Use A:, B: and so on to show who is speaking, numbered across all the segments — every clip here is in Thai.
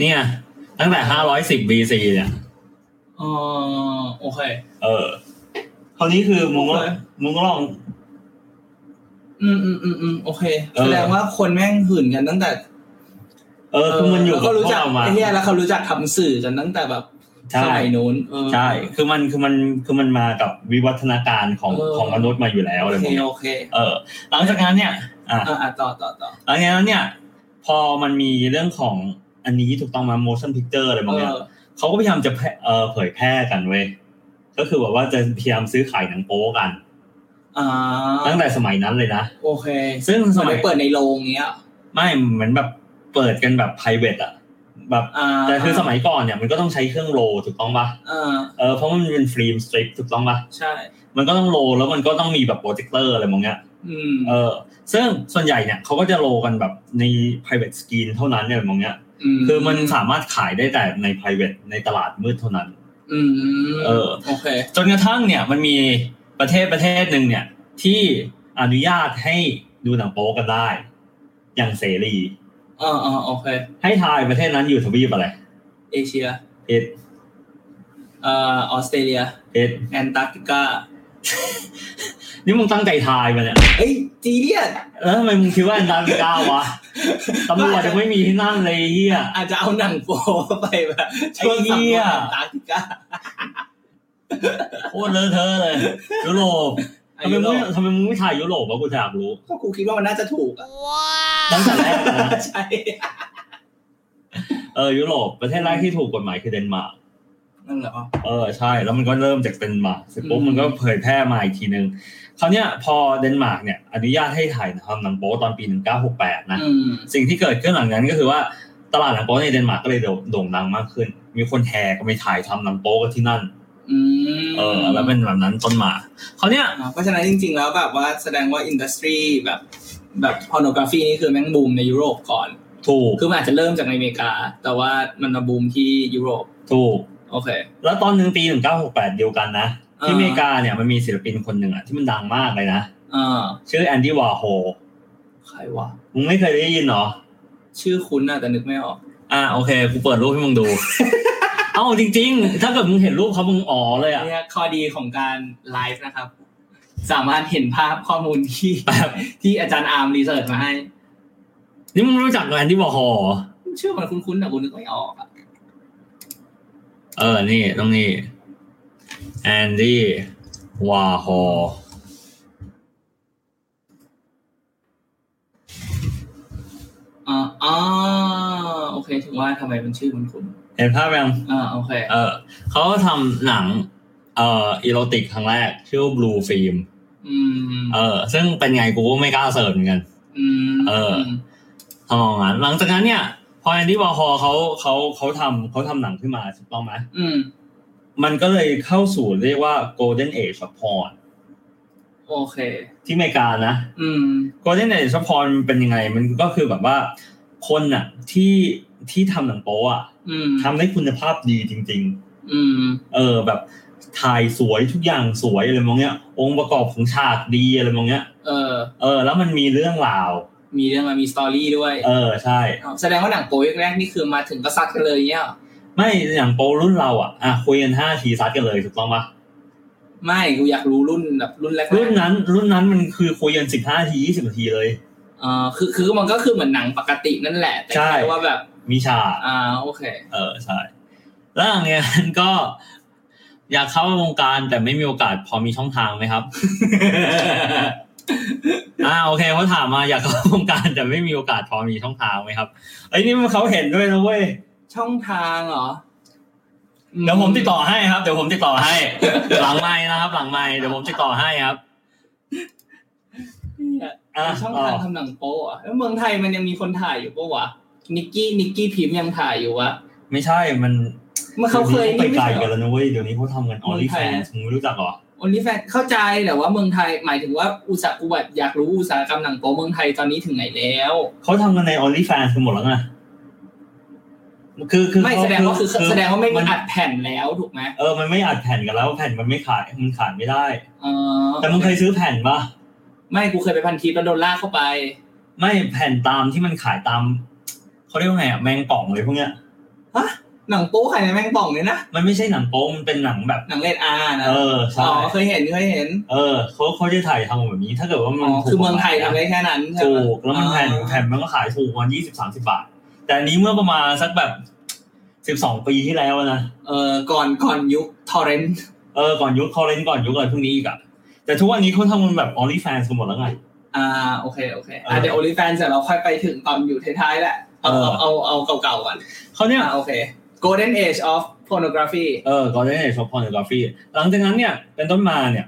A: เนี่ย ตั้งแต่ห้าร้อยสิบ BC เนี่ย
B: อ๋อโอเค
A: เออคราวนี้คือมึงก็
B: โอเค
A: มึงก็ลอง
B: อืมอืมอืมอืมโอเค
A: เออ
B: แสดงว่าคนแม่งหื่นกันตั้งแต่
A: เออคือมันอยู่
B: แล้ว
A: กับ
B: ก็
A: พ
B: รู้
A: วก
B: จัก
A: เรามา
B: ไอ้เหี้ยแล้วเขารู้จักทำสื่อกันตั้งแต่แบบส
A: ใช่
B: มัยนู้นเออ
A: ใช่ คือมันคือมันคือมันมากับวิวัฒนาการของ
B: เออ
A: ของมนุษย์มาอยู่แล้ว
B: โอ
A: อะไรพ
B: เคว
A: กเนี้ย
B: โอเค
A: เออ หลังจากนั้นเนี่ย อ่ะ
B: อ่ะอ่ะต่อต่อต่อ
A: หลังจากนั้นเนี่ย พอมันมีเรื่องของอันนี้ถูกต้องมา motion picture อะไรพว
B: เอก
A: เนี้ย
B: อ
A: เขาก็พยายามจะแพร่เอ่อเผยแพร่กันเว้ย ก็คือแบบว่าจะพยายามซื้อขายหนังโป๊กัน
B: อ่า
A: ตั้งแต่สมัยนั้นเลยนะ
B: โอเค
A: ซึ่ง
B: ส
A: ส
B: มั
A: มั
B: ย
A: ย
B: เปิดในโรงเงี้ย
A: ไม่เหมือนแบบเปิดกันแบบ p r i v a t อะแบบ
B: อ่า
A: แต่คือสมัยก่อนเนี่ยมันก็ต้องใช้เครื่องโรลถูกต้องปะ
B: อ่า
A: เออเพราะมันเป็นฟิล์มสตริปถูกต้องปะ
B: ใช่
A: มันก็ต้องโรลแล้วมันก็ต้องมีแบบโปรเจคเตอร์อะไรมองเงี้ย
B: อืม
A: เออ ซึ่งส่วนใหญ่เนี่ยเขาก็จะโรลกันแบบใน private screen เท่านั้นเนี่ยมองเงี้ย คือมันสามารถขายได้แต่ใน private ในตลาดมืดเท่านั้น
B: อืม
A: เออ
B: โอเค
A: จนกระทั่งเนี่ยมันมีประเทศประเทศหนึ่งเนี่ย ที่อนุญาตให้ดูหนังโป๊กันได้ อย่างเสรี
B: อ่าอ่าโอเค
A: ให้ทายประเทศนั้นอยู่ทวีปอะไร
B: เอเชีย
A: เอ็ด
B: เอ่อออสเตรเลีย
A: เอ็ด
B: แอนตาร์กติกา
A: นี่มึงตั้งใจทายมาเนี่ย
B: เอ้ยจีเรียส
A: แล้วทำไมมึงคิดว่าแอนตาร์กติกาวะตำรวจยังไม่มีที่นั่นเลยไอ้เฮีย
B: อาจจะเอาหนังโป๊ไปแบบช่วง
A: ไอ้เหี้
B: สำร
A: ย
B: วจแอนตาร์กติกา
A: โคตรเลอะเทอะเลย ยุโรปทำไมมึงทำไมมึงไม่ทายยุโรปวะกูอยากรู้
B: ก็กูคิดว่ามันน่าจะถูกอ่ะ
A: ตั้งแต่แรกนะ
B: ใช่
A: เออยุโรปประเทศแรกที่ถูกกฎหมายคือเดนมาร์ก
B: นั่นเหรอ
A: เออใช่แล้วมันก็เริ่มจากเดนมาร์กเสร็จปุ๊บ
B: อืม
A: มันก็เผยแพร่มาอีกทีนึงคราวเนี้ยพอเดนมาร์กเนี่ยอนุญาตให้ถ่ายทำหนังโป๊ตอนปี 1968 นะ
B: อืม
A: สิ่งที่เกิดขึ้นหลังนั้นก็คือว่าตลาดหนังโป๊ในเดนมาร์กก็เลยโด่งดังมากขึ้น มีคนแห่ก็ไปถ่ายทำหนังโป๊กันที่นั่น
B: อืม
A: เออแล้วเป็นแบบนั้นต้นมาคราวเนี้ย
B: อ่าเพราะฉะนั้นจริง ๆ แล้วแบบว่าแสดงว่าอินดัสทรีแบบแบบพอโนกราฟีนี่คือแม่งบูมในยุโรปก่อน
A: ถูก
B: คือมันอาจจะเริ่มจากในอเมริกา แต่ว่ามันมาบูมที่ยุโรป
A: ถูก
B: โอเค
A: แล้วตอนหนึ่งปี 1968 เดียวกันนะที่
B: อ่า
A: อเมริกาเนี่ยมันมีศิลปินคนหนึ่งอะที่มันดังมากเลยนะ
B: อ่า
A: ชื่อแอนดี้วอร์โฮล
B: ใครวะ
A: มึงไม่เคยได้ยินเหรอ
B: ชื่อคุ้นอะแต่นึกไม่ออก
A: อ่าโอเคกูเปิดรูปให้มึงดู เอาจริง ๆ ถ้าเกิดมึงเห็นรูปเขามึงอ๋อเลยอ่ะ
B: เนี่ยข้อดีของการไลฟ์นะครับ สามารถเห็นภาพข้อมูลที่
A: แบบ
B: ที่อาจารย์อาร์มรีเสิร์ชมาให้
A: นี่มึงรู้จักแอนดี้วอร์ฮอลเหรอ
B: ชื่อมันคุ้นๆแต่กูนึกไม่ออกอะ
A: เออ นี่ตรงนี้แอนดี้วอร์ฮอล
B: อ่าอ่าโอเค ถึงว่าทำไมมันชื่อมันคุ้น
A: เห็นภาพยัง
B: อ่า โอเค
A: เออเขาทำหนังเอ่ออีโรติกครั้งแรก ชื่อว่าบลูฟิล์ม
B: อืม
A: เออ ซึ่งเป็นไงกูก็ไม่กล้าเสิร์ชเหมือนกัน
B: อืม
A: เออ ทำนองนั้นหลังจากนั้นเนี่ย พอแอนดี้วอร์ฮอลเขาเขาเขาทำเขาทำหนังขึ้นมาถูกต้องไหม
B: อืม
A: มันก็เลยเข้าสู่เรียกว่า golden age of porn
B: โอเค
A: ที่อเมริกานะ
B: อืม
A: โกลเด้นเอชพรเป็นยังไง มันก็คือแบบว่า คนน่ะที่ที่ทำหนังโป๊อะ
B: อืม
A: ทำได้คุณภาพดีจริง
B: อืม
A: ๆ เออแบบถ่ายสวยทุกอย่างสวยอะไรมองเนี้ย องค์ประกอบของฉากดีอะไรมองเนี้ย
B: เออ
A: เออ แล้วมันมีเรื่องราว
B: มีเรื่องมามีสตอรี่ด้วย
A: เออใช่
B: เอาแสดงว่าหนังโป๊แรกๆนี่คือมาถึงก็ซัดกันเลยเงี้ยเหรอ
A: ไม่อย่างโป๊รุ่นเราอ่ะอ่ะคุยกันห้าทีซัดกันเลยถูกต้องปะ
B: ไม่ กูอยากรู้รุ่นแบบรุ่นแรกๆ
A: รุ่นนั้นรุ่นนั้นมันคือคุยกันสิบห้าทียี่สิบนาทีเลย
B: เอ่าคือคือมันก็คือเหมือนหนังปกตินั่นแหละ แต่
A: ใช่
B: แค่ว่าแบบ
A: มีฉาก
B: อ่า โอเค
A: เออใช่แล้วอย่างเงี้ยมันก็ อยากเข้าวงการแต่ไม่มีโอกาสพอมีช่องทางไหมครับ อ่าโอเคเขาถามมาอยากเข้าวงการแต่ไม่มีโอกาสพอมีช่องทางไหมครับไอ้ยนี่มันเขาเห็นด้วยนะเว้ย
B: ช่องทางเหรอ
A: เดี๋ยวผมติดต่อให้ครับเดี๋ยวผมติดต่อให้ หลังไม้นะครับ หลังไม้เดี๋ยวผมติดต่อให้ครับ
B: เนี่ย
A: อ่ะ
B: ช่อง
A: ต่อ
B: ทางทำหนังโป๊อะแล้วเมืองไทยมันยังมีคนถ่ายอยู่ปะวะ นิกกี้นิกกี้พิมพ์ยังถ่ายอยู่วะ
A: ไม่ใช่มัน
B: เมื่อเขาเคย
A: ดี๋วนี้ไปไกล
B: ใช่หร
A: กัน
B: อ
A: แล้วนะเว้ยเดี๋ยวนี้เขาทำกันออ
B: เมื
A: ลิ
B: อง
A: แฟ
B: ไทย
A: น
B: นะ
A: มึงไม่รู้จักเหรอ
B: โอลิแฟนเข้าใจแต่ว่าเมืองไทยหมายถึงว่าอุตสาหกูแบบอยากรู้อุตสาหกรรมหนังโป๊เมืองไทยตอนนี้ถึงไหนแล้ว
A: เขาทำกันในออลิแฟนกันหมดแล้วไงคือคือ
B: ไม่
A: เข
B: แสดงว่าคือ
A: อ
B: แสดงว่าไม่มีอัดแผ่นแล้วถูกไหม
A: เออ มันไม่อัดแผ่นกันแล้วแผ่นมันไม่ขาย มันขายไม่ได้
B: เออ
A: แต่มึงเคยซื้อแผ่นปะ
B: ไม่กูเคยไปพันทิปแล้วโดนลากเข้าไป
A: ไม่แผ่นตามที่มันขายตาม เขาเรียกว่าไงอะแมงกล่องเลยพวกเนี้ย
B: ฮะหนังโป๊ขายในแมงป่องเลยนะ
A: มันไม่ใช่หนังโป๊มันเป็นหนังแบบ
B: หนังเลดอาร์นะ
A: เออใช่
B: อ๋อเคยเห็นเคยเห็น
A: เออเขาเขาจะถ่ายทำแบบนี้ ถ้าเกิดว่า
B: อ๋
A: มั
B: อน คือเมืองไทยทำได้แค่นั้นใช่
A: ถูก
B: ไหม
A: แล้วมันแผ่น
B: อ่า
A: แผ่นมันก็ขายถูกวันยี่สิบสามสิบาท แต่อันนี้เมื่อประมาณสักแบบสิบสองปีที่แล้วนะ
B: เออก่อนก่อนยุคทอร์เรนต์
A: เออก่อนยุคคอเรนก่อนยุคอะไรพวกนี้อีกอะแต่ทุกวันนี้เขาทำมันแบบออลี่แฟนกันหมดแล้วไง
B: อ่าโอเคโอเค
A: เอ
B: อ่ะ
A: อ
B: เดี๋ยวโอลิแฟนจะเราค่อยไปถึงตอนอยู่ท้ายๆแหละเอา
A: เออ
B: เอาเอาเอาเก่าๆก่อน
A: เขาเนี่ย
B: อ่ะโอเค Golden Age of Pornography
A: เออ ก็ได้ในช็อปพอนกราฟีหลังจากนั้นเนี่ย เป็นต้นมาเนี่ย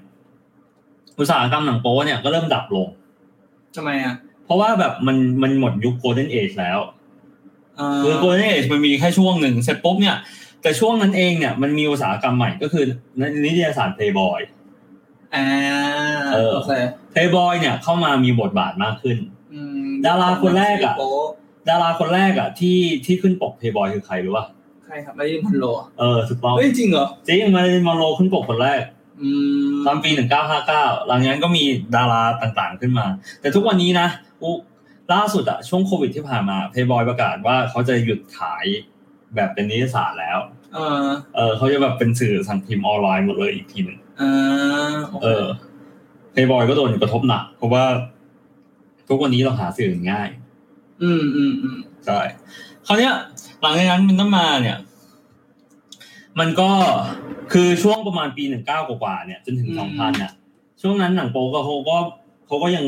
A: อุตสาหกรรมหนังโป๊เนี่ยก็เริ่มดับลง
B: ทำไมอ่ะ
A: เพราะว่าแบบมันมันหมดยุคโกลเด้นเอจแล้ว
B: เอ่อ
A: คือโกลเด้นเอจมันมีแค่ช่วงหนึ่งเสร็จปุ๊บเนี่ย แต่ช่วงนั้นเองเนี่ยมันมีอุตสาหกรรมใหม่ก็คือนิตยสารเพย์บอย
B: อ่า
A: เออ
B: โอเค
A: เพย์บอยเนี่ยเข้ามามีบทบาทมากขึ้น
B: อืม
A: ดาราคนแรกอ่ะ
B: โป๊
A: ดาราคนแรกอะที่ที่ขึ้นปกเพย์บอยคือใครรู้ป่ะ
B: ใครครับมาริลีนพันโล
A: เออถูกต้อง
B: เฮ้ยจริงเหรอ
A: จริงมันมาโลขึ้นปกคนแรก
B: อืม
A: ตอนปี 1959 หลังจากนั้นก็มีดาราต่างๆขึ้นมา แต่ทุกวันนี้นะอุล่าสุดอะช่วงโควิดที่ผ่านมาเพย์บอยประกาศว่าเขาจะหยุดขายแบบเป็นนิตยสารแล้ว
B: เออ
A: เออเขาจะแบบเป็นสื่อสังพิมพ์ออนไลน์หมดเลยอีกทีหนึ่ง
B: อ่าโอ
A: เอ
B: เค
A: อเพย์บอยก็โดนกระทบหนัก เพราะว่า ทุกวันนี้เราหาสื่อง่าย
B: อืมอืมอืม
A: ใช่คราวเนี้ย หลังจากนั้นมันต้องมาเนี่ย มันก็คือช่วงประมาณปีหนึ่งเก้ากว่าๆเนี่ยจนถึงสองพันเนี่ยช่วงนั้นหนังโป๊ก็เขาก็เขาก็ยัง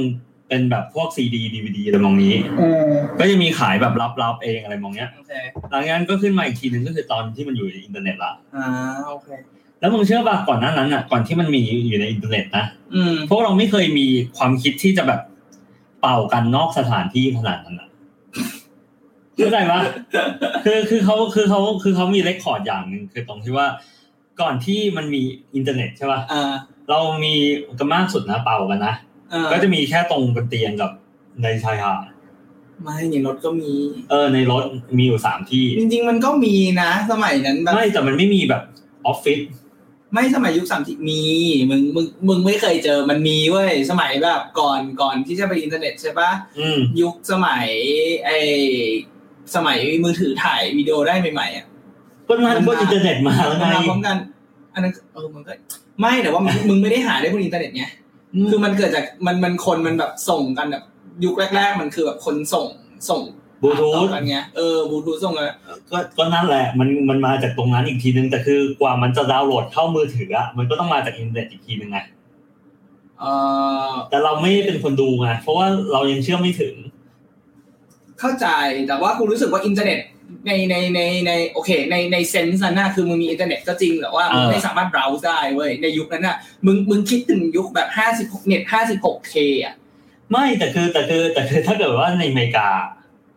A: เป็นแบบพวกซีดีดีวดีอะไรมองนี้
B: อืม
A: ก็ยังมีขายแบบลับๆเองอะไรมองเนี้ย
B: โอเค
A: หลังจากนั้นก็ขึ้นมาอีกทีหนึ่งก็คือตอนที่มันอยู่ในอินเทอร์เน็ตละ
B: อ่าโอเค
A: แล้วมึงเชื่อป่ะก่อนหน้านั้นอ่ะก่อนที่มันมีอยู่ในอินเทอร์เน็ตนะ
B: อืม
A: พวกเราไม่เคยมีความคิดที่จะแบบเป่ากันนอกสถานที่ขนาดนั้นอ่ะเข้าใจปะ คือคือเขาคือเขาคือเขามีเรคคอร์ดอย่างหนึ่งคือตรงที่ว่า ก่อนที่มันมีอินเทอร์เน็ตใช่ป่ะ
B: อ่า
A: เรามีกันมากสุดนะเป่ากันนะ
B: อ่า
A: ก็จะมีแค่ตรงบนเตียงกับในชายหาด
B: ไม่ในรถก็มี
A: เออในรถมีอยู่สามที่
B: จริง ๆ มันก็มีนะ สมัยนั้นแบบ
A: ไม่แต่มันไม่มีแบบออฟฟิศ
B: ไม่สมัยยุคสามสิบมีมึงมึงมึงไม่เคยเจอมันมีเว้ยสมัยแบบก่อนก่อนที่จะไปอินเทอร์เน็ตใช่ปะ
A: อืม
B: ยุคสมัยไอสมัยมือถือถ่ายวิดีโอได้ใหม่ๆอ่ะ
A: ก็นั่นก็อินเทอร์เน็ตมาแล้วไง
B: มาพร้อมกัน อันนั้นเออมันก็ไม่แต่ว่ามึงมึงไม่ได้หาได้บนอินเทอร์เน็ตไงคือมันเกิดจากมันมันคนมันแบบส่งกันแบบยุคแรก ๆ มันคือแบบคนส่งส่ง
A: บลูทูธ
B: ต่อกันไงเออบลูทูธส่งกัน
A: ก็ก็นั่นแหละมันมันมาจากตรงนั้นอีกทีนึงแต่คือกว่ามันจะดาวน์โหลดเข้ามือถืออะมันก็ต้องมาจากอินเทอร์เน็ตอีกทีนึงไง
B: เออ
A: แต่เราไม่เป็นคนดูไงเพราะว่าเรายังเชื่อไม่ถึง
B: เข้าใจแต่ว่ากูรู้สึกว่าอินเทอร์เน็ตในในในในโอเค ในในเซนส์นั้นน่ะคือมึงมีอินเทอร์เน็ตก็จริงแต่ว่า
A: เออ
B: มึงไม่สามารถเบราว์ได้เว้ยในยุคนั้นน่ะมึงมึงคิดถึงยุคแบบห้าสิบหกเน็ตห้าสิบหกเคอ่ะ
A: ไม่แต่คือแต่คือแต่คือถ้าเกิดว่าในอเมริกา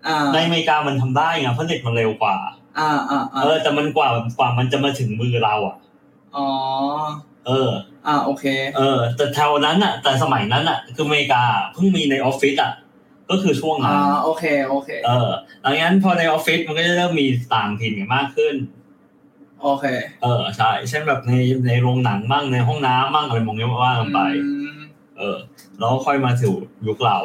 B: อ่า
A: ในอเมริกามันทำได้ไงเพราะเด็กมันเร็วกว่า
B: อ่าอ่าอ่า
A: เออ แต่มันกว่ากว่ามันจะมาถึงมือเราอ่ะ
B: อ๋อ
A: เออ
B: อ่าโอเค
A: เออ แต่แถวนั้นอ่ะ แต่สมัยนั้นอ่ะ คืออเมริกาเพิ่งมีในออฟฟิศอ่ะ ก็คือช่วงนั้
B: อ่าน โอเคโอเค
A: เออหลังจากนั้นพอในออฟฟิศมันก็จะเริ่มมีต่างถิ่นกันมากขึ้น
B: โอเค
A: เออใช่ เช่นแบบในในโรงหนังบ้างในห้องน้ำบ้างอะไรมองเงี้ยว่ากันไป
B: อืม
A: เออ แล้วค่อยมาถึงยุคเรา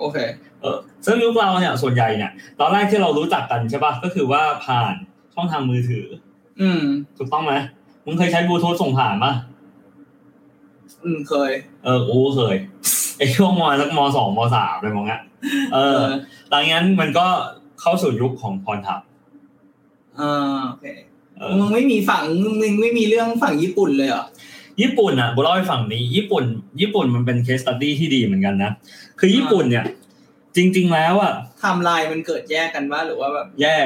B: โอเค
A: เออซึ่งยุคเราเนี่ยส่วนใหญ่เนี่ย ตอนแรกที่เรารู้จักกันใช่ปะก็คือว่าผ่านช่องทางมือถือ
B: อืม
A: ถูกต้องไหมมึงเคยใช้บลูทูธส่งผ่านปะ
B: อืมเคย
A: เออกูก็เคยไอช่วงมสักมสองมสามอะไรมองเงี้ยเออหลังจากนั้นมันก็เข้าสู่ยุคของพรทับ
B: อ่าโอเค
A: เอ
B: มึ
A: อง
B: ไม่มีฝั่งมึงไม่มีเรื่องฝั่งญี่ปุ่นเลยเหรอ
A: ญี่ปุ่นอ่ะกูเล่าให้ฟังนี้ ญี่ปุ่น ญี่ปุ่นมันเป็นเคสตัดดี้ที่ดีเหมือนกันนะ คือญี่ปุ่นเนี่ย จริง ๆ แล้วอ่ะ
B: ไทำลายมันเกิดแยกกันว่าหรือว่าแบบ
A: แย่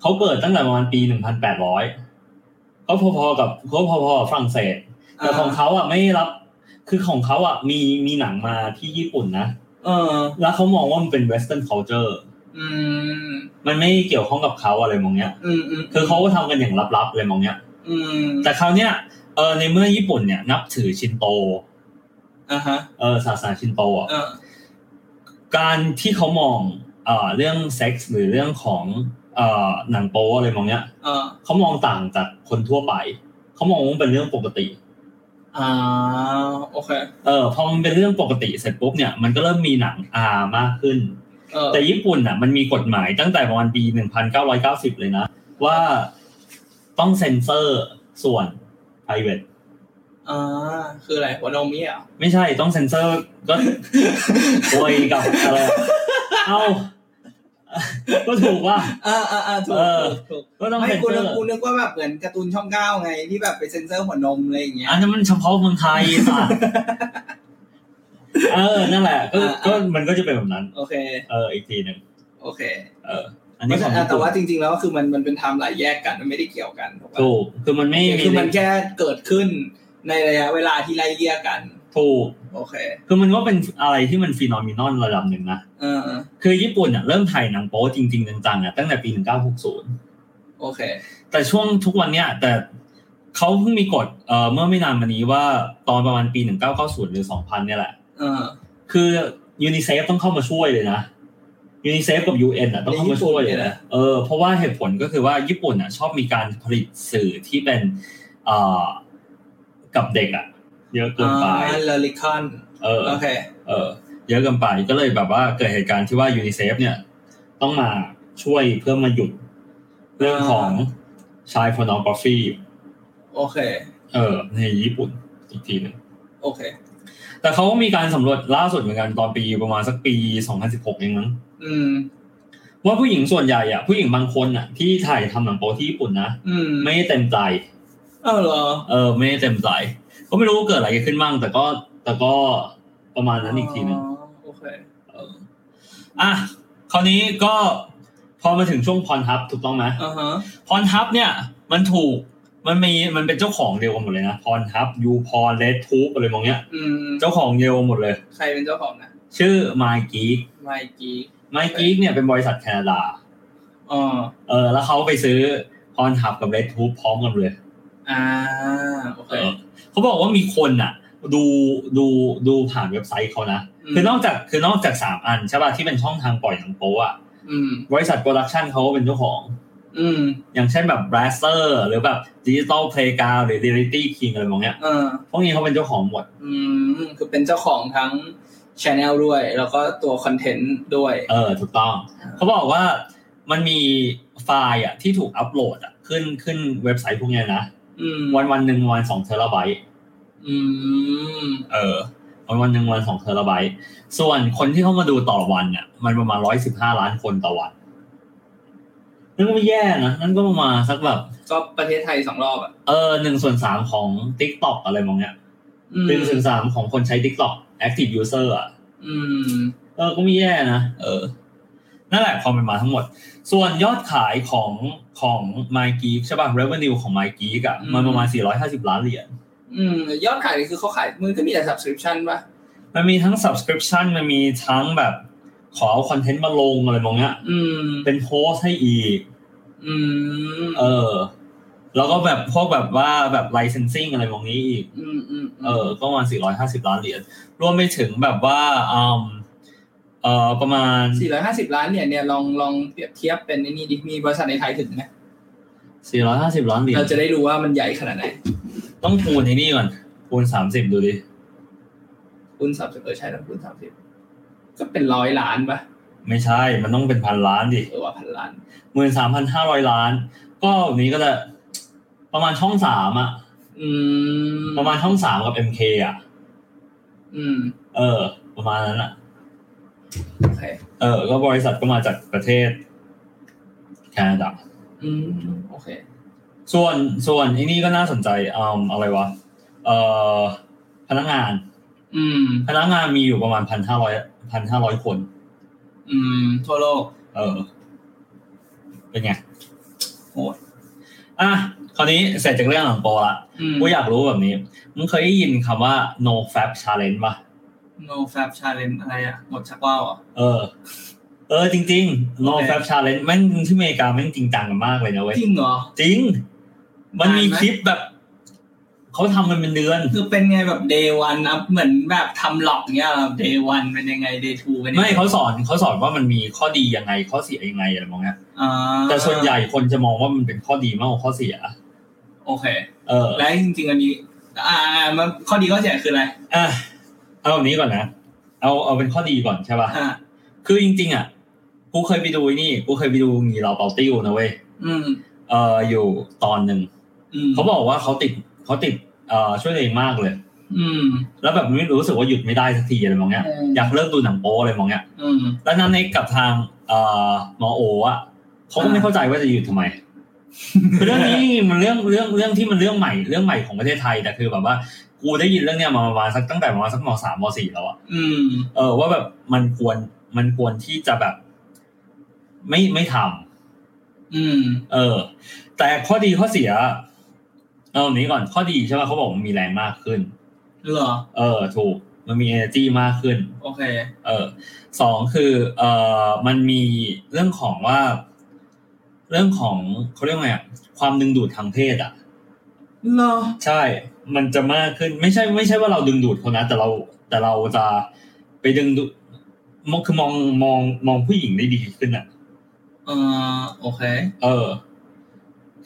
A: เขาเกิดตั้งแต่ประมาณปีหนึ่งพันแปดร้อยเขาพอๆกับเขาพอๆกับฝรั่งเศส แต่ของเขาอ่ะไม่รับ คือของเขาอ่ะมีมีหนังมาที่ญี่ปุ่นนะ
B: เออ
A: แล้วเขามองว่ามันเป็น western culture
B: อืม
A: มันไม่เกี่ยวข้องกับเขาอะไรมองเนี้ย
B: อืมอืม
A: คือเขาก็ทำกันอย่างลับๆอะไรมองเนี้ย
B: อืม
A: แต่คราวเนี้ย เออในเมื่อญี่ปุ่นเนี่ยนับถือชินโต
B: อ่าฮะ
A: เออศาสนาชินโตอ่ะ
B: เออ
A: การที่เขามองเอ่อเรื่องเซ็กส์หรือเรื่องของเอ่อหนังโป๊อะไรมองเนี้ย
B: เออ
A: เขามองต่างจากคนทั่วไป เขามองว่ามันเป็นเรื่องปกติ
B: อ่า โอเค
A: เออ พอมันเป็นเรื่องปกติเสร็จปุ๊บเนี่ย มันก็เริ่มมีหนังอามากขึ้น
B: เออ
A: แต่ญี่ปุ่นอ่ะมันมีกฎหมายตั้งแต่ประมาณปี 1990 เลยนะ ว่าต้องเซ็นเซอร์ส่วน private
B: อ่าคืออะไรหัวนมเนี่ยเหรอ
A: ไม่ใช่ต้องเซ็นเซอร์ ก็ โวยกับอะไรเอ้าก็ถูกว่า
B: อ่าอ่าอ่าถูก
A: เออ
B: ถูกถูก
A: ก็ต้อง
B: ไม่
A: เซ็น
B: กู
A: เซ
B: นึ
A: อก ร์
B: กูนึกว่าแบบเหมือนการ์ตูนช่องเก้าไงที่แบบไปเซ็นเซอร์หัวนมอะไรอย่างเงี้ย
A: อันนั้นมันเฉพาะเมืองไทยค่ะเออนั่นแหละ ก็
B: อ่า
A: ก็มันก็จะเป็นแบบนั้น
B: โอเค
A: เอออีกทีหนึ่ง
B: โอเค
A: เออ อันนี้ของ
B: แต่
A: ญี่
B: แต่ว่า
A: ปุ่น
B: จริง ๆ แล้วก็คือมันมันเป็นไทม์ไลน์แยกกันมันไม่ได้เกี่ยวกันถูกปะ
A: ถูกคือมันไม่มี
B: คือมันแค่เกิดขึ้นในระยะเวลาที่ไล่เลี่ยกัน
A: ถูก
B: โอเค
A: คือมันก็เป็นอะไรที่มันฟีนอมินอนระดับหนึ่งนะ
B: เออ
A: คือญี่ปุ่นอ่ะเริ่มถ่ายหนังโป๊จริงๆจังๆอ่ะตั้งแต่ปี 1960
B: โอเค
A: แต่ช่วงทุกวันเนี้ยแต่เขาเพิ่งมีกฎเอ่อเมื่อไม่นานมานี้ว่าตอนประมาณปี 1990 หรือ 2000 เนี่ยแหละ
B: เออ
A: คือยูนิเซฟต้องเข้ามาช่วยเลยนะยูนิเซฟกับ UN อ่ะต้องเข้ามาช่วยเลยนะเออเพราะว่าเหตุผลก็คือว่าญี่ปุ่นอ่ะชอบมีการผลิตสื่อที่เป็นเอ่อกับเด็กอ่ะเยอะเกินไป
B: เลลิคอน
A: เออ
B: โอเค
A: เออเยอะเกินไปก็เลยแบบว่าเกิดเหตุการณ์ที่ว่ายูนิเซฟเนี่ย ต้องมาช่วยเพื่อมาหยุดเรื่องของชายพอนอกราฟี
B: โอเค
A: เออในญี่ปุ่นอีกทีหนึ่ง
B: โอเค
A: แต่เขาก็มีการสำรวจล่าสุดเหมือนกันตอนปีประมาณสักปี 2016 เองมั้ง
B: อืม
A: ว่าผู้หญิงส่วนใหญ่อะผู้หญิงบางคนอะที่ถ่ายทำหนังโป๊ที่ญี่ปุ่นนะ
B: อืม
A: ไม่ได้เต็มใจ
B: เออเหรอ
A: เออไม่ได้เต็มใจ ก็ไม่รู้ว่าเกิดอะไรขึ้นบ้างแต่ก็แต่ก็ประมาณนั้นอีกทีหนึ่ง
B: โอเค
A: อ่ะ คราวนี้ก็พอมาถึงช่วงพรทับถูกต้องไหม
B: อ่าฮะ
A: พรทับเนี่ย มันถูกมันมีมันเป็นเจ้าของเดียวกันหมดเลยนะพรทับยูพรเลดทูปอะไรมองเนี้ย
B: อืม
A: เจ้าของเดียวกันหมดเลย
B: ใครเป็นเจ้าของนะ
A: ชื่อ My Geek
B: ไมกี้
A: My Geek เนี่ยเป็นบริษัทแคนาดา
B: อ๋อ
A: เออแล้วเขาไปซื้อพรทับกับเลดทูปพร้อมกันเลย
B: อ่า โอเค
A: เออเขาบอกว่ามีคนอ่ะ ดูดูดูผ่านเว็บไซต์เขานะ คือนอกจากคือนอกจากสามอันใช่ป่ะที่เป็นช่องทางปล่อยหนังโป๊อ่ะ
B: อืม
A: บริษัทโปรดักชันเขาก็เป็นเจ้าของ
B: อืม
A: อย่างเช่นแบบแบรสเซอร์หรือแบบดิจิตอลเพลย์กาหรือเดลิตี้คิงอะไรพวกเนี้ย
B: อ่า
A: พวกนี้เขาเป็นเจ้าของหมด
B: อืม คือเป็นเจ้าของทั้งชแนลด้วย แล้วก็ตัวคอนเทนต์ด้วย
A: เออ ถูกต้อง เขาบอกว่ามันมีไฟล์อ่ะที่ถูกอัปโหลดอ่ะขึ้นขึ้นเว็บไซต์พวกเนี้ยนะ
B: อืม
A: วันวันหนึ่งวันสองเทราไบต์
B: อืม
A: เออ วันวันหนึ่งวันสองเทราไบต์ส่วนคนที่เข้ามาดูต่อวันอ่ะมันประมาณร้อยสิบห้าล้านคนต่อวัน นั่นก็ไม่แย่นะ นั่นก็ประมาณสักแบบ
B: ก็ประเทศไทยสองรอบอ่ะ
A: เออหนึ่งส่วนสามของ t ิ k t o k อะไรมองเนี้ย
B: อืม
A: หนึ่งส่วนสามของคนใช้ t ิ k t o k active user อ่ะ
B: อืม
A: เออก็ไม่แย่นะ เออ นั่นแหละความเป็นมาทั้งหมด ส่วนยอดขายของของ My Geek ใช่ป่ะ revenue ของ My Geek อะ
B: อืม
A: มันประมาณ 450 ล้านเหรียญ
B: อืม ยอดขายนี่คือเขาขายมันก็มีแต่ subscription ป่ะ
A: มันมีทั้ง subscription มันมีทั้งแบบขอคอนเทนต์มาลงอะไรมองเนี้ย
B: อืม
A: เป็นโพสต์ให้อีก
B: อืม
A: เออ แล้วก็แบบพวกแบบว่าแบบ licensing อะไรมองนี้อีก
B: อืมอืมม
A: เออ ก็ประมาณ 450 ล้านเหรียญ รวมไปถึงแบบว่าอืมเออประมาณ
B: สี่ร้อยห้าสิบล้านเนี่ยเนี่ยลองลองเปรียบเทียบเป็นไอ้นี่ดิมีบริษัทในไทยถึงไหม
A: 450 ล้านเหรียญ
B: เราจะได้รู้ว่ามันใหญ่ขนาดไหน
A: ต้องคูณไอ้นี่ก่อน คูณ 30 ดูดิ
B: คูณสามสิบเออใช่แล้วคูณสามสิบก็เป็นร้อยล้านปะ
A: ไม่ใช่ มันต้องเป็นพันล้านดิ
B: เออว่าพันล้าน
A: หมื่นสามพันห้าร้อยล้าน ก็แบบนี้ก็จะประมาณช่องสามอะ
B: อืม
A: ประมาณช่องสามกับ MK อะ
B: อืม
A: เออ ประมาณนั้นอะ
B: โอเค
A: เออ ก็บริษัทก็มาจากประเทศแคนาดา
B: อืมโอเค
A: ส่วนส่วนไอันนี้ก็น่าสนใจอืมอะไรวะ เอ่อ พนักงาน
B: อืม
A: พนักงานมีอยู่ประมาณพันห้าร้อยพันห้าร้อยคน
B: อืม ทั่วโลก
A: เออ เป็นไง
B: โหด
A: อ่ะ คราวนี้เสร็จจากเรื่องหลังโปรละ
B: อืม
A: กูอยากรู้แบบนี้ มึงเคยได้ยินคำว่า no fap challenge ป่ะ
B: no fab challenge อะไรอ่ะ หมดชักว่าวเหรอ่ะ
A: เออ เออ จริง ๆ no
B: โอเค
A: fap challenge แม่งที่อเมริกาแม่งจริงจังกันมากเลยนะเว้ย
B: จริงเหรอ
A: จริง มันมี
B: นานไหม
A: คลิปแบบ เขาทำกันเป็นเดือน
B: คือเป็นไงแบบ day one อัพเหมือนแบบทำหลอกเงี้ยเหรอ day one เป็นยังไง day two เป็นยัง
A: ไม่
B: ไง
A: เขาสอนเขาสอนว่ามันมีข้อดียังไง ข้อเสียยังไงอะไรมองเนี้ย
B: อ่า
A: แต่ส่วนใหญ่คนจะมองว่ามันเป็นข้อดีมากกว่าข้อเสีย
B: โอเค
A: เออ
B: และจริงๆอันนี้ อ่าอ่ามันข้อดีข้อเสียคืออะไร
A: อ่ะ เอาแบบนี้ก่อนนะ เอาเอาเป็นข้อดีก่อนใช่ป่ะ
B: อ่า
A: คือจริง ๆ อ่ะ กูเคยไปดูไอ้นี่ กูเคยไปดูงีเราเปาติ้วนะเว้ย
B: อืม
A: เอ่ออยู่ตอนหนึ่ง
B: ม
A: เขาบอกว่าเขาติดเขาติดเอ่อช่วยตัวเองมากเลย
B: อืม
A: แล้วแบบไม่รู้สึกว่าหยุดไม่ได้สักทีอะไรมองเงี้ยอยากเลิกดูหนังโป๊อะไรมองเงี้ย
B: อืม
A: แล้วนั้นในกับทางเอ่อหมอโออะเขาก็ไม่
B: อ่า
A: เข้าใจว่าจะหยุดทำไม คือเรื่องนี้มันเรื่องเรื่องเรื่องที่มันเรื่องใหม่เรื่องใหม่ของประเทศไทยแต่คือแบบว่ากูได้ยินเรื่องเนี้ยมาประมาณสักตั้งแต่ประมาณสักมสามมสี่แล้วอะ
B: อืม
A: เออว่าแบบมันควรมันควรที่จะแบบ ไม่ไม่ท
B: อืม
A: ำเออ แต่ข้อดีข้อเสีย เอาอันนี้ก่อนข้อดีใช่ไหมเขาบอกมันมีแรงมากขึ้น
B: เหรอ
A: เออ ถูก มันมี energy มากขึ้น
B: โอเค
A: เออสองคือเออมันมีเรื่องของว่า เรื่องของเขาเรียกว่าไงอะความดึงดูดทางเพศอ่ะ
B: เหรอ
A: ใช่ มันจะมากขึ้น ไม่ใช่ ไม่ใช่ว่าเราดึงดูดเขานะ แต่เรา แต่เราจะไปดึงดูดมองคือมองมองมองผู้หญิงได้ดีขึ้นอ่ะ
B: เออโอเค
A: เออ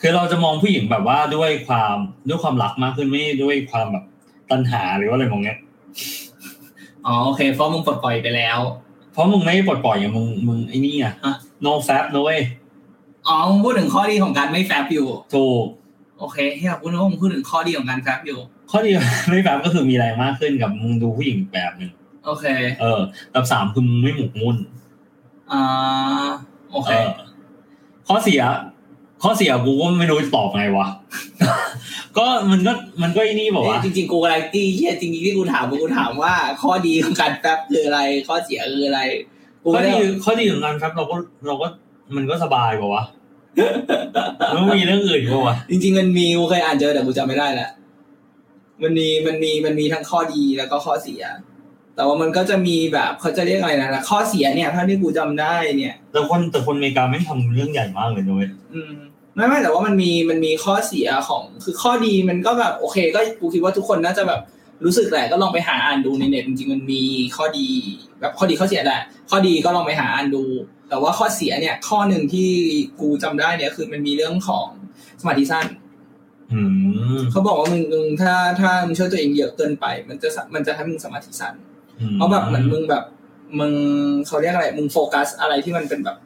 A: คือเราจะมองผู้หญิงแบบว่าด้วยความด้วยความรักมากขึ้นไม่ด้วยความแบบตัณหาหรือว่าอะไรมองเงี้ย
B: อ๋อโอเคเพราะมึงปลดปล่อยไปแล้ว
A: เพราะมึงไม่ปลดปล่อยไงมึงมึงไอ้นี่ไง
B: อ่ะ
A: no fap นะเว้ย
B: อ๋อมึงพูดถึงข้อดีของการไม่แฟบอยู่
A: ถูก
B: โอเคเฮียพูดว่ามึงพูดถึงข้อดีของการแฟบอยู่
A: ข้อดี ไม่ fap ก็คือมีแรงมากขึ้นกับมึงดูผู้หญิงอีกแบบหนึ่ง
B: โอเค
A: เออกับสามคือมึงไม่หมกมุ่น
B: อ่า โอเค
A: เออข้อเสีย ข้อเสียกูก็ไม่รู้จะตอบไงวะ ก็มันก็มันก็ไอ้นี่บอกว่า
B: จริงๆ กูอะไรที่เฮียจริงๆที่กูถามกูถามว่า ข้อดีของการแฟบคืออะไร ข้อเสียคืออะไร กู
A: ข้อ
B: ไม่ได้
A: ดีข้อดีของงานครับเราก็เราก็มันก็สบายกว่าวะ มันมีเรื่องอื่นกว่าวะ
B: จริง ๆ มันมีกูเคยอ่านเจอแต่กูจำไม่ได้ละมันมีมันมีมันมีทั้งข้อดีแล้วก็ข้อเสีย แต่ว่ามันก็จะมีแบบเขาจะเรียกอะไรนะข้อเสียเนี่ยเท่าที่กูจำได้เนี่ย
A: แต่คนแต่คนอเมริกาไม่งทำเรื่องใหญ่มากเลยนุ้ย
B: อืมไม่ไม่แต่ว่ามันมีมันมีข้อเสียของคือข้อดีมันก็แบบโอเค ก็กูคิดว่าทุกคนน่าจะแบบรู้สึกแหละก็ลองไปหาอ่านดูในเน็ตจริงๆมันมีข้อดี แบบข้อดีข้อเสียแหละข้อดีก็ลองไปหาอ่านดู แต่ว่าข้อเสียเนี่ย ข้อหนึ่งที่กูจำได้เนี่ยคือมันมีเรื่องของสมาธิสั้น
A: อืม
B: เขาบอกว่ามึงมึงถ้าถ้ามึงช่วยตัวเองเยอะเกินไป มันจะสะมันจะทำให้มึงสมาธิสั้น เพราะแบบเหมือนมึงแบบมึงเขาเรียกอะไรมึงโฟกัสอะไรที่มันเป็นแบบ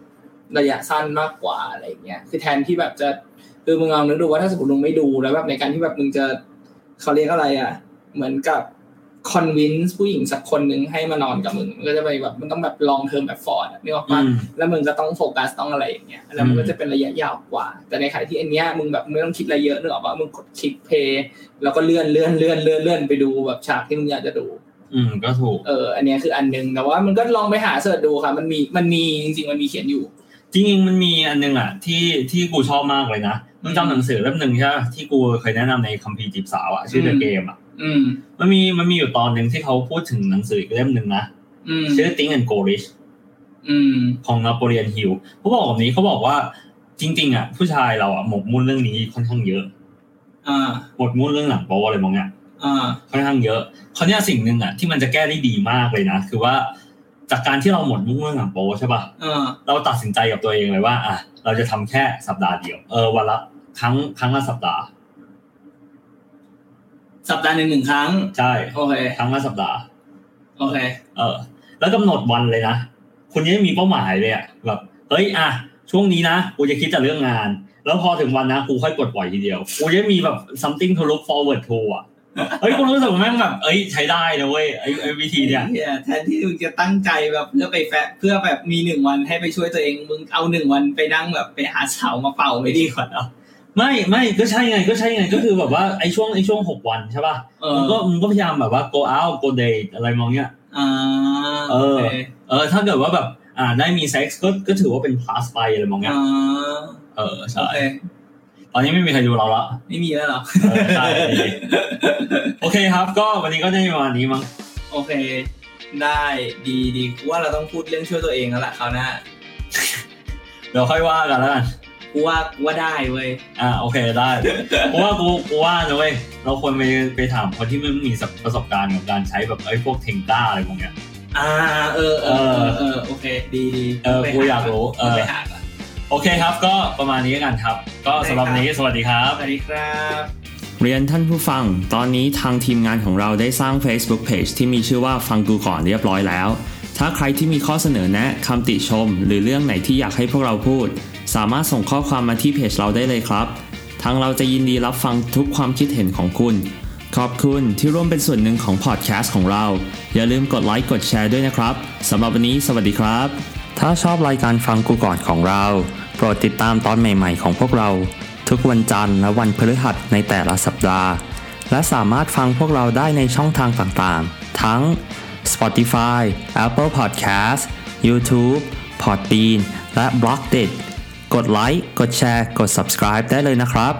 B: ระยะสั้นมากกว่าอะไรอย่างเงี้ยคือแทนที่แบบจะคือมึงลองนึกดูว่าถ้าสมมติมึงไม่ดูแล้วแบบในการที่แบบมึงจะเขาเรียกอะไรอ่ะ เหมือนกับคอนวินส์ผู้หญิงสักคนหนึ่งให้มานอนกับมึงมันก็จะไปแบบมันต้องแบบลองเทอมแบบฟอร์ดนี่ออก
A: อื
B: ปะ
A: ม
B: แล้วมึงก็ต้องโฟกัสต้องอะไรอย่างเงี้ย แล้วมัน
A: อืม
B: ก็จะเป็นระยะยาวกว่า แต่ในขณะที่อันเนี้ยมึงแบบไม่ต้องคิดอะไรเยอะนึกออกปะมึงกดคลิกเพย์แล้วก็เลื่อนเลื่อนเลื่อนเลื่อนเลื่อนไปดูแบบฉากที่มึงอยากจะดู
A: อืมก็ถูก
B: เออ อันเนี้ยคืออันนึง แต่ว่ามันก็ลองไปหาเสิร์ชดูค่ะ มันมี มันมีจริงๆ มันมีเขียนอยู่
A: จริงๆมันมีอันนึงอ่ะ ที่ที่กูชอบมากเลยนะมึงจำหนังสือเล่มหนึ่งใช่ปะที่กูเคยแนะนำในคัมภีร์จีบสาวอ่ะชื่อ The
B: อืม
A: Game อ่ะ
B: อืม
A: มันมีมันมีอยู่ตอนหนึ่งที่เขาพูดถึงหนังสืออีกเล่มหนึ่งนะ
B: อืม
A: ชื่อ Think and Go Rich
B: อืม
A: ของน a โปเลียนฮิลเขาบอกแบบนี้เขาบอกว่าจริง ๆ อ่ะ ผู้ชายเราอ่ะหมกมุ่นเรื่องนี้ค่อนข้างเยอะ
B: อ่า
A: หมกมุ่นเรื่องหลังโป๊อะไรมองเนี้ย
B: อ่า
A: ค่อนข้างเยอะเขาวเนี่ยสิ่งหนึ่งอ่ะที่มันจะแก้ได้ดีมากเลยนะคือว่าจากการที่เราหมดมุ่งเรื่องหลังโป๊ใช่ป่ะ
B: อ่า
A: เราตัดสินใจกับตัวเองเลยว่าอ่ะเราจะทำแค่สัปดาห์เดียว เออวันละครั้งครั้งละสัปดาห์
B: สัปดาห์หนึ่งหนึ่งครั้ง
A: ใช่
B: โอเค
A: ครั้งละสัปดาห์
B: โอเค
A: เออแล้วกำหนดวันเลยนะคุณยังมีเป้าหมายเลยอะแบบเฮ้ยอ่ะช่วงนี้นะกูจะคิดแต่เรื่องงาน แล้วพอถึงวันนะกูค่อยปลดปล่อยทีเดียวกูจะมีแบบ something to look forward to อะเฮ้ยกูรู้สึกว่าแม่งแบบเอ้ยใช้ได้นะเว้ยไอ้ไอ้วิธีเนี่ย
B: เนี่ยแทนที่มึงจะตั้งใจแบบเพื่อไปแฟะเพื่อแบบมีหนึ่งวันให้ไปช่วยตัวเอง มึงเอาหนึ่งวันไปนั่งแบบไปหาเสามาเป่าไม่ดีกว่าเหรอ
A: ไม่ไม่ก็ใช่ไงก็ใช่ไงก็คือแบบว่าไอ้ช่วงไอ้ช่วงหกวันใช่ป่ะ
B: เอ
A: มึ
B: อ
A: งก็มึงก็พยายามแบบว่า go out go date อะไรมองเนี้ย
B: อ่า
A: เออ
B: โค
A: เออถ้าเกิดว่าแบบอ่าได้มี sex ก็ก็ถือว่าเป็น plus ไปอะไรมองเนี้ย
B: อ่า
A: เออ
B: โอ
A: ใช่
B: เค
A: ตอนนี้ไม่มีใครดูเราละ
B: ไม่มีแล้วเหรอ
A: เออใช่โอเคครับ ก็วันนี้ก็ได้ประมาณนี้มั้ง
B: โอเค ได้ดีดีกูว่าเราต้องพูดเรื่องช่วยตัวเองแล้วล่ะคราวหน้า
A: เดี๋ยวค่อยว่ากันแล้วกัน
B: กูว่ากูว่าได้เว้ย
A: อ่าโอเคได้เพราะว่ากูกูว่านะเว้ยเราควรไปไปถามคนที่ไม่มีประสบการณ์กับการใช้แบบไอ้พวกเทงก้าอะไรพวกเนี้ย
B: อ่าเออเออเออเออโอเคดีดี
A: เออกูอยากรู้เออ
B: ไปหาก่อน
A: โอเคครับ ก็ประมาณนี้แล้วกันครับ ก็สำหรับวันนี้สวัสดีครับ
B: สวัสดีครับ
C: เรียนท่านผู้ฟัง ตอนนี้ทางทีมงานของเราได้สร้าง Facebook Page ที่มีชื่อว่าฟังกูก่อนเรียบร้อยแล้ว ถ้าใครที่มีข้อเสนอแนะคำติชม หรือเรื่องไหนที่อยากให้พวกเราพูด สามารถส่งข้อความมาที่เพจเราได้เลยครับ ทางเราจะยินดีรับฟังทุกความคิดเห็นของคุณ ขอบคุณที่ร่วมเป็นส่วนหนึ่งของพอดแคสต์ของเรา อย่าลืมกดไลค์กดแชร์ด้วยนะครับสำหรับวันนี้สวัสดีครับ ถ้าชอบรายการฟังกูก่อนของเรา โปรดติดตามตอนใหม่ ๆ ของพวกเรา ทุกวันจันทร์และวันพฤหัสในแต่ละสัปดาห์ และสามารถฟังพวกเราได้ในช่องทางต่างๆ ทั้ง Spotify, Apple Podcast, YouTube, Podbean และ b l o c k d i t กดไลค์ กดแชร์ กด subscribe ได้เลยนะครับ